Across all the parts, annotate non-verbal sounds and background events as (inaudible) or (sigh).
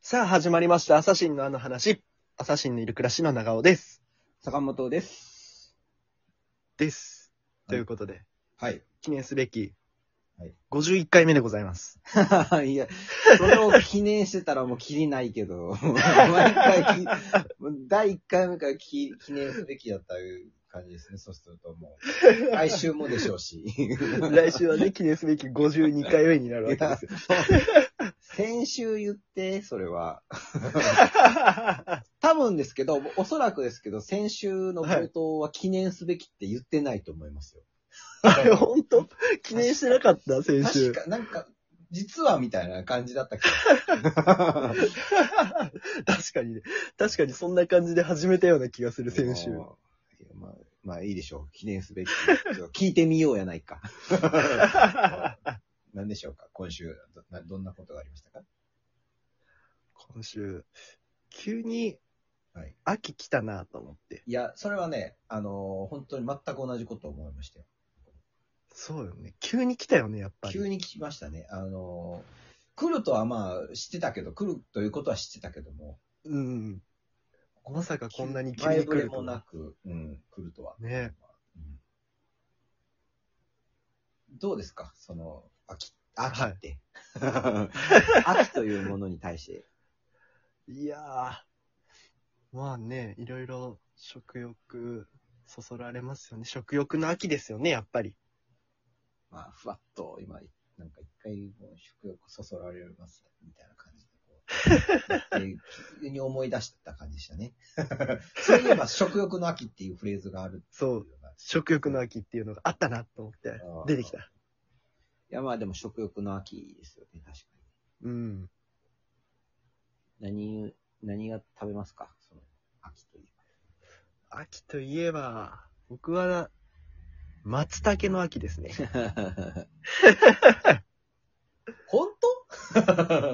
さあ始まりました。アサシンのあの話。アサシンのいる暮らしの長尾です。坂本です。です。はといいうことで、はい。記念すべきはい、 51回目でございます。 (laughs) いや、それを記念してたらもう切りないけど、 (laughs) 毎回き、第1回目からき記念すべきだったいう感じですね。そうするともう、来週もでしょうし。 (laughs) (laughs) 来週はね、記念すべき52回目になるわけ (laughs) ですよ。先週言って、それは。多分ですけど、おそらくですけど、先週の冒頭は記念すべきって言ってないと思いますよ。あれ、ほんと記念してなかった先確週。か、なんか、実はみたいな感じだったけど。確かにね。確かにそんな感じで始めたような気がする、先週いや。まあ、まあいいでしょう。記念すべき。ちょっと聞いてみようやないか。 (laughs) 何でしょうか今週どな、どんなことがありましたか今週、急にはい、秋来たなと思って。いや、それはね、あのー本当に全く同じことを思いましたよ。そうよね。急に来たよね、やっぱり。急に聞きましたね。あのー来るとはまあ知ってたけど、来るということは知ってたけども。うん。まさかこんなに急前に触来れるもとなは。く、うん、来るとは。ねうんどうですかその、秋、秋って。 (laughs) 秋というものに対して。いやー。まあね、いろいろ食欲、そそられますよね。食欲の秋ですよね、やっぱり。まあ、ふわっと、今、なんか一回、もう食欲そそられます、みたいな感じで、こう (laughs) 言って、急に思い出した感じでしたね。 (laughs) そういえば、食欲の秋っていうフレーズがあるっていそうう。のが。い食欲の秋っていうのがあったなと思ってあー、出てきた。や、まあでも食欲の秋ですよね、確かうん。に。何、何が食べますかその、秋という。秋といえば、僕は、松茸の秋ですね。 (laughs) 本当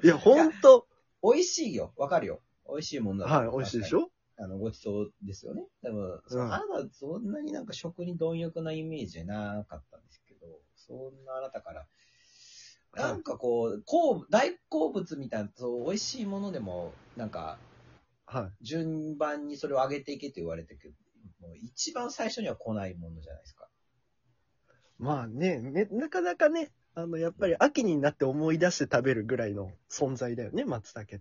(laughs) いや、ほんと。美味しいよ。わかるよ。美味しいもんだとはい、美味しいでしょあの、ごちそうですよね。でも、そのあなたそんなになんか食に貪欲なイメージじゃなかったんですけど、そんなあなたから、なんかこう、好大好物みたいな、そう美味しいものでも、なんか、は順番にそれを上げていけと言われてるけど、もう一番最初には来ないものじゃないですか。い。まあね、めなかなかね、あの、やっぱり秋になって思い出して食べるぐらいの存在だよね、松茸って。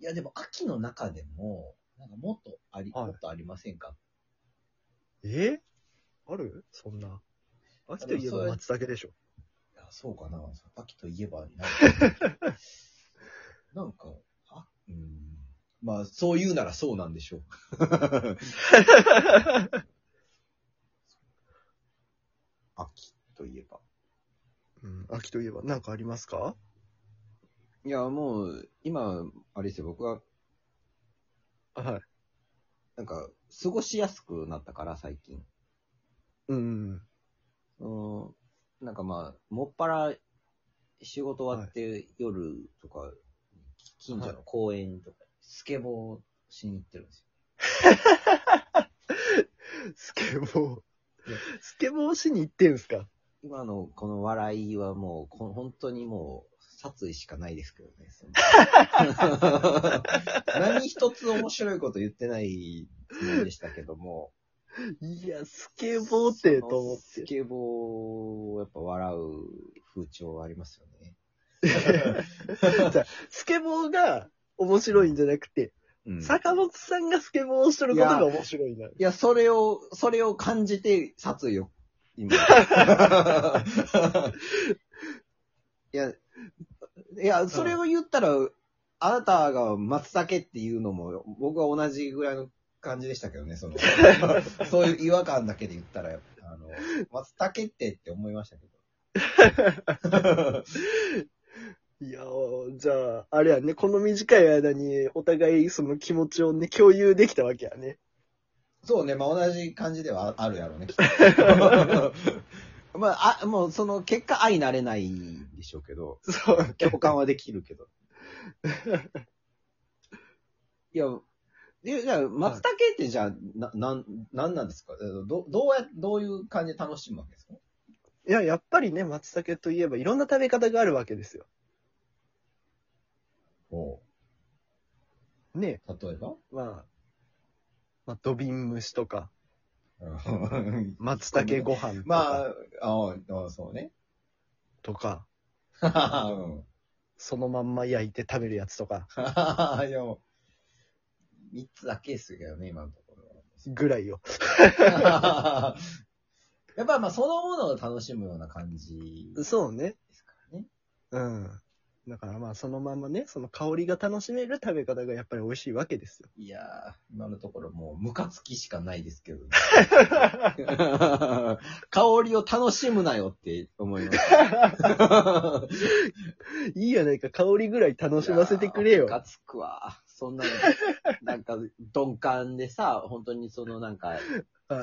いや、でも秋の中でも、なんかもっとあり、はいもっとありませんかえあるそんな。秋といえば松茸でしょ。いや、そうかな。秋といえばなんか、 (laughs) なんか、あ、うん。まあ、そう言うならそうなんでしょう。 (laughs) 秋といえば。うん、秋といえば何かありますかいや、もう、今、あれですよ、僕は、はい。なんか、過ごしやすくなったから、最近。うん。うん、なんかまあ、もっぱら仕事終わって、夜とか、近所の公園とか、スケボーしに行ってるんですスケボーいや。スケボーしに行ってんすかよ。今のこの笑いはもう、こ本当にもう、殺意しかないですけどね。その (laughs) 何一つ面白いこと言ってないつもりでしたけども。いや、スケボーってと思っそのスて。ケボー、やっぱ笑う風潮はありますよね。 (laughs) スケボーが面白いんじゃなくて、うん坂本さんがスケボーをしてることが面白いな。いや、それを、それを感じて殺意を、今。いや、いや、それを言ったら、あなたが松茸っていうのも、僕は同じぐらいの感じでしたけどね、その、そういう違和感だけで言ったら、あの、松茸ってって思いましたけど。いやーじゃあ、あれやね、この短い間にお互いその気持ちをね、共有できたわけやね。そうね、まあ、同じ感じではああるやろうね、きっと (laughs) まあ、あ、もう、その、結果、愛なれないでしょうけど、そう。共感はできる (laughs) けど。いや、でじゃあ、松茸ってじゃあ、な、なん、なんなんですかえっとど、どうや、どういう感じで楽しむわけですかいや、やっぱりね、松茸といえばいろんな食べ方があるわけですよ。おね、例えばまあ、まあ、土瓶蒸しとか、うん (laughs) 松茸ご飯と (laughs) まか、あ、ああ、そうね。 (laughs) とか、うん (laughs) そのまんま焼いて食べるやつとか、でも、三つだけですけどね、今のところは。ぐらいよ。 (laughs) (laughs) やっぱまあそのものを楽しむような感じでそうね。すからね。うん。だからまあ、そのまんまね、その香りが楽しめる食べ方がやっぱり美味しいわけですよ。いやー、今のところもうムカつきしかないですけど、ね、 (laughs) 香りを楽しむなよって思い (laughs) ます。いいやないか、香りぐらい楽しませてくれいやームカよ。つくわ。そんなの、なんか鈍感でさ、本当にそのなんか、はい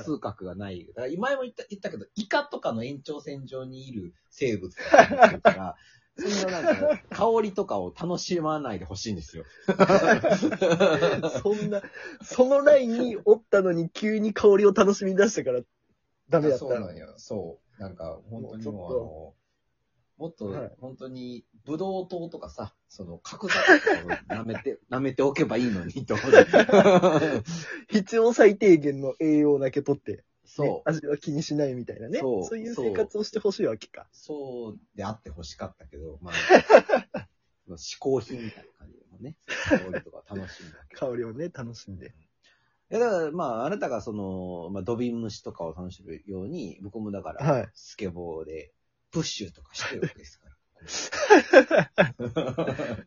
通覚がない。だから前も言った言ったけど、イカとかの延長線上にいる生物だと思ってる (laughs) から、そんななんか、香りとかを楽しまないでほしいんです (laughs) よ。そんな、そのラインにおったのに急に香りを楽しみ出したから、ダメだったそうなんよ。そう。なんか、本当にもうあの、もっはとい、本当に、ブドウ糖とかさ、その、角砂糖とかを舐め (laughs) て、舐めておけばいいのに、と思 (laughs) って。必要最低限の栄養だけ取って、ねそう。味は気にしないみたいなね。そそうういう生活をしてほしいわけか。そうであってほしかったけど、まあ、まあ嗜好品みたいな感じでもね、香りとか楽しんだけど。香りをね、楽しんで。 (laughs) いや、だから、まあ、あなたがその、まあ、土瓶蒸しとかを楽しむように、僕もだから、はい。スケボーで、プッシュとかしてるわけです (laughs) から。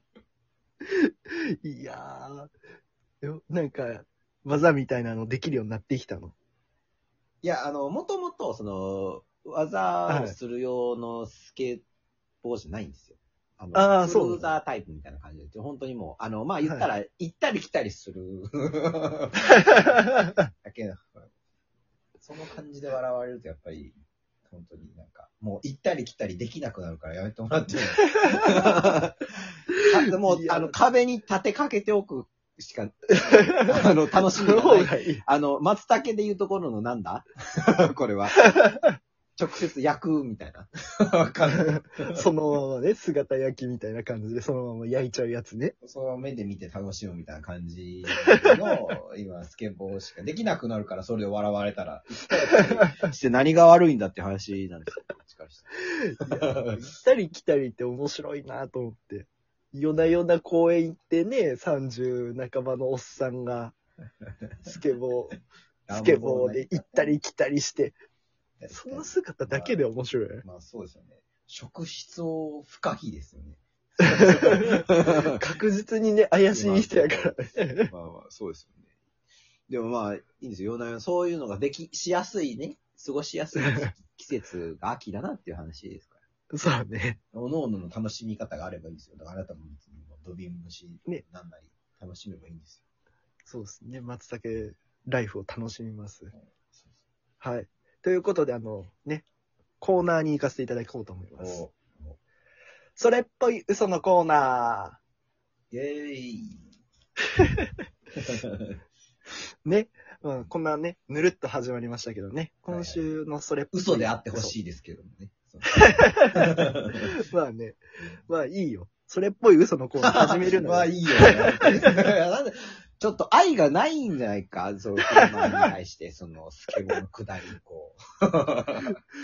いやーよ、なんか、技みたいなのできるようになってきたの。いや、あの、もともと、その、技をする用のスケボーじゃないんですよ。あの、あークそうルーザータイプみたいな感じで、本当にもう、あの、まあ、言ったら、行ったり来たりする。 (laughs) だけど、その感じで笑われると、やっぱり、本当になんか、もう行ったり来たりできなくなるからやめてもら (laughs) っていいかもうい、やあの、壁に立てかけておくし (laughs) か、あの、楽しそみのがな方い。がいい。あの、松茸で言うところのなんだ (laughs) これは。直接焼くみたいな。 (laughs) わかんない。 (laughs) そのままね、姿焼きみたいな感じで、そのまま焼いちゃうやつね。その目で見て楽しむみたいな感じの、今、スケボーしかできなくなるから、それを笑われたら。して何が悪いんだって話なんですよ、こっちからした行ったり来たりって面白いなと思って。夜な夜な公園行ってね、30半ばのおっさんが、スケボ (laughs) ー、らスケボーで行ったり来たりして、そのま姿だけで面白い。 (laughs) あそうですよね。職質を不可避ですよ (laughs) ね。確実にね、怪しい人やからね。 (laughs) まあまあ、そうですよね。でもまあ、いいんですよ。夜な夜なそういうのができ、しやすいね。過ごしやすい季節が秋だなっていう話ですから。そうね。おのおのの楽しみ方があればいいですよ。だからあなたも別にもう土瓶蒸しねなんなり楽しめばいいんですよ。そうですね。松茸ライフを楽しみます。そうはい。ということで、あの、ね、コーナーに行かせていただこうと思いまそうす。おそれっぽい嘘のコーナイェー (laughs) イー。ね。うん、こんなね、ぬるっと始まりましたけどね。今週のそれっぽい。嘘であってほしいですけどもね。そう (laughs) い。まあね、まあいいよ。それっぽい嘘のコーナー始めるのよ (laughs) まあいいよ。なんでちょっと愛がないんじゃないかそのコーナーに対 (laughs) して、そのスケボーの下り、こ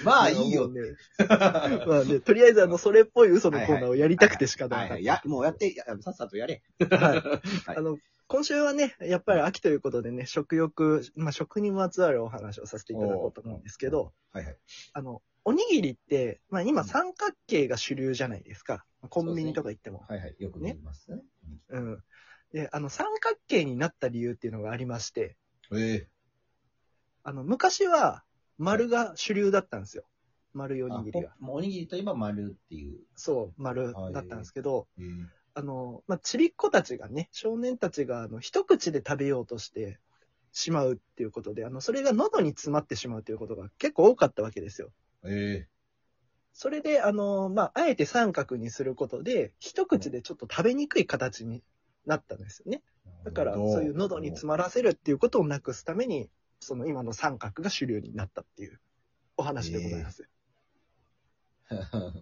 う。 (laughs) まあいいよ。ね。まあね、とりあえずあの、それっぽい嘘のコーナーをやりたくて仕方はないかはっい、た。や、もうやって、やさっさとやれ。はいあの、今週はね、やっぱり秋ということでね、食欲、まあ、食にまつわるお話をさせていただこうと思うんですけど、はいはい。あの、おにぎりって、まあ、今うん三角形が主流じゃないですか。コンビニとか行っても。はいはい。よく見ますね。うん。で、あの、三角形になった理由っていうのがありまして、ええあの、昔は丸が主流だったんですよ。丸いおにぎりが。あポおにぎりといえば丸っていう。そう、丸だったんですけど、えあの、まあ、ちびっ子たちがね、少年たちが、あの、一口で食べようとしてしまうっていうことで、あの、それが喉に詰まってしまうということが結構多かったわけですよ。ええそれで、あの、まあ、あえて三角にすることで、一口でちょっと食べにくい形になったんですよね。だから、そういう喉に詰まらせるっていうことをなくすために、その今の三角が主流になったっていうお話でございます。 (laughs) ま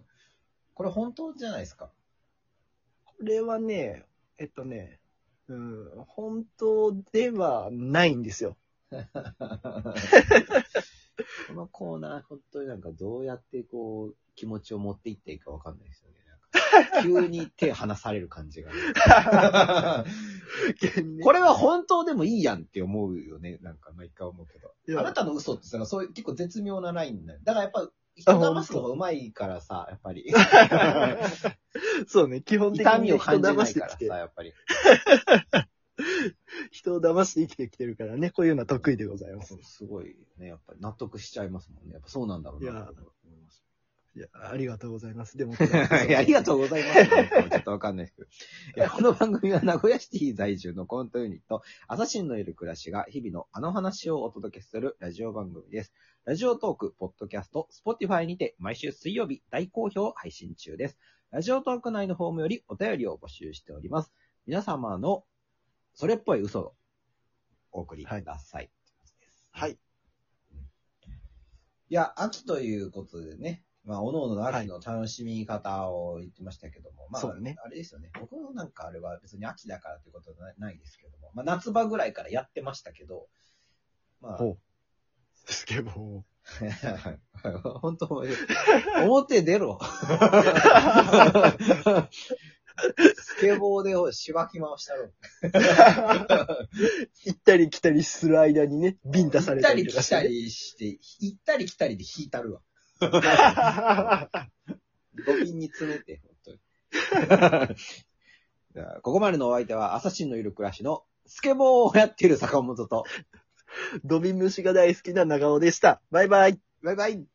これ本当じゃないですか。これはね、えっとね、うん、本当ではないんですよ。このコーナー、本当になんかどうやってこう、気持ちを持っていっていいかわかんないですよね。なんか急に手離される感 (laughs) じが。ここれは本当でもいいやんって思うよね。なんか毎回思うけど。れ、あなたの嘘ってさ、そういう結構絶妙なラインだよ。だからやっぱ、人騙すのが上手いからさ、やっ (laughs) ぱり。そうね、基本的痛みにを人を感じ騙ないしてからきさ、て、やっぱり。人を騙して生きてきてるからね、こういうのは得意でございます。すごいね、やっぱり納得しちゃいますもんね。やっぱそうなんだろうな。いやと思いますいや、ありがとうございます。 (laughs) でも、いやありがとうございます。ちょっとわかんないですけど。い (laughs) やこの番組は名古屋シティ在住のコントユニット、アサシンのいる暮らしが日々のあの話をお届けするラジオ番組です。ラジオトーク、ポッドキャスト、スポティファイにて毎週水曜日大好評配信中です。ラジオトーク内のフォームよりお便りを募集しております。皆様のそれっぽい嘘をお送りください。はい。いや、秋ということでね、まあ、おのおのの秋の楽しみ方を言ってましたけども、まそうあ、だねあれですよね。僕のなんかあれは別に秋だからということはなないですけども、まあ、夏場ぐらいからやってましたけど、まあ、ほう。スケボーを。 (laughs) (laughs) 本当、表出ろ。スケボーでしばき回したろ。行ったり来たりする間にね、ビンタされたりと行かっしたてね。りして、行ったり来たりで引いた (laughs) るわ。ゴミに詰めて、本当に。じゃあここまでのお相手は、アサシンのいる暮らしの、スケボーをやっている坂本と、 (laughs) ドビムシが大好きな長尾でした。バイバイ。バイバイ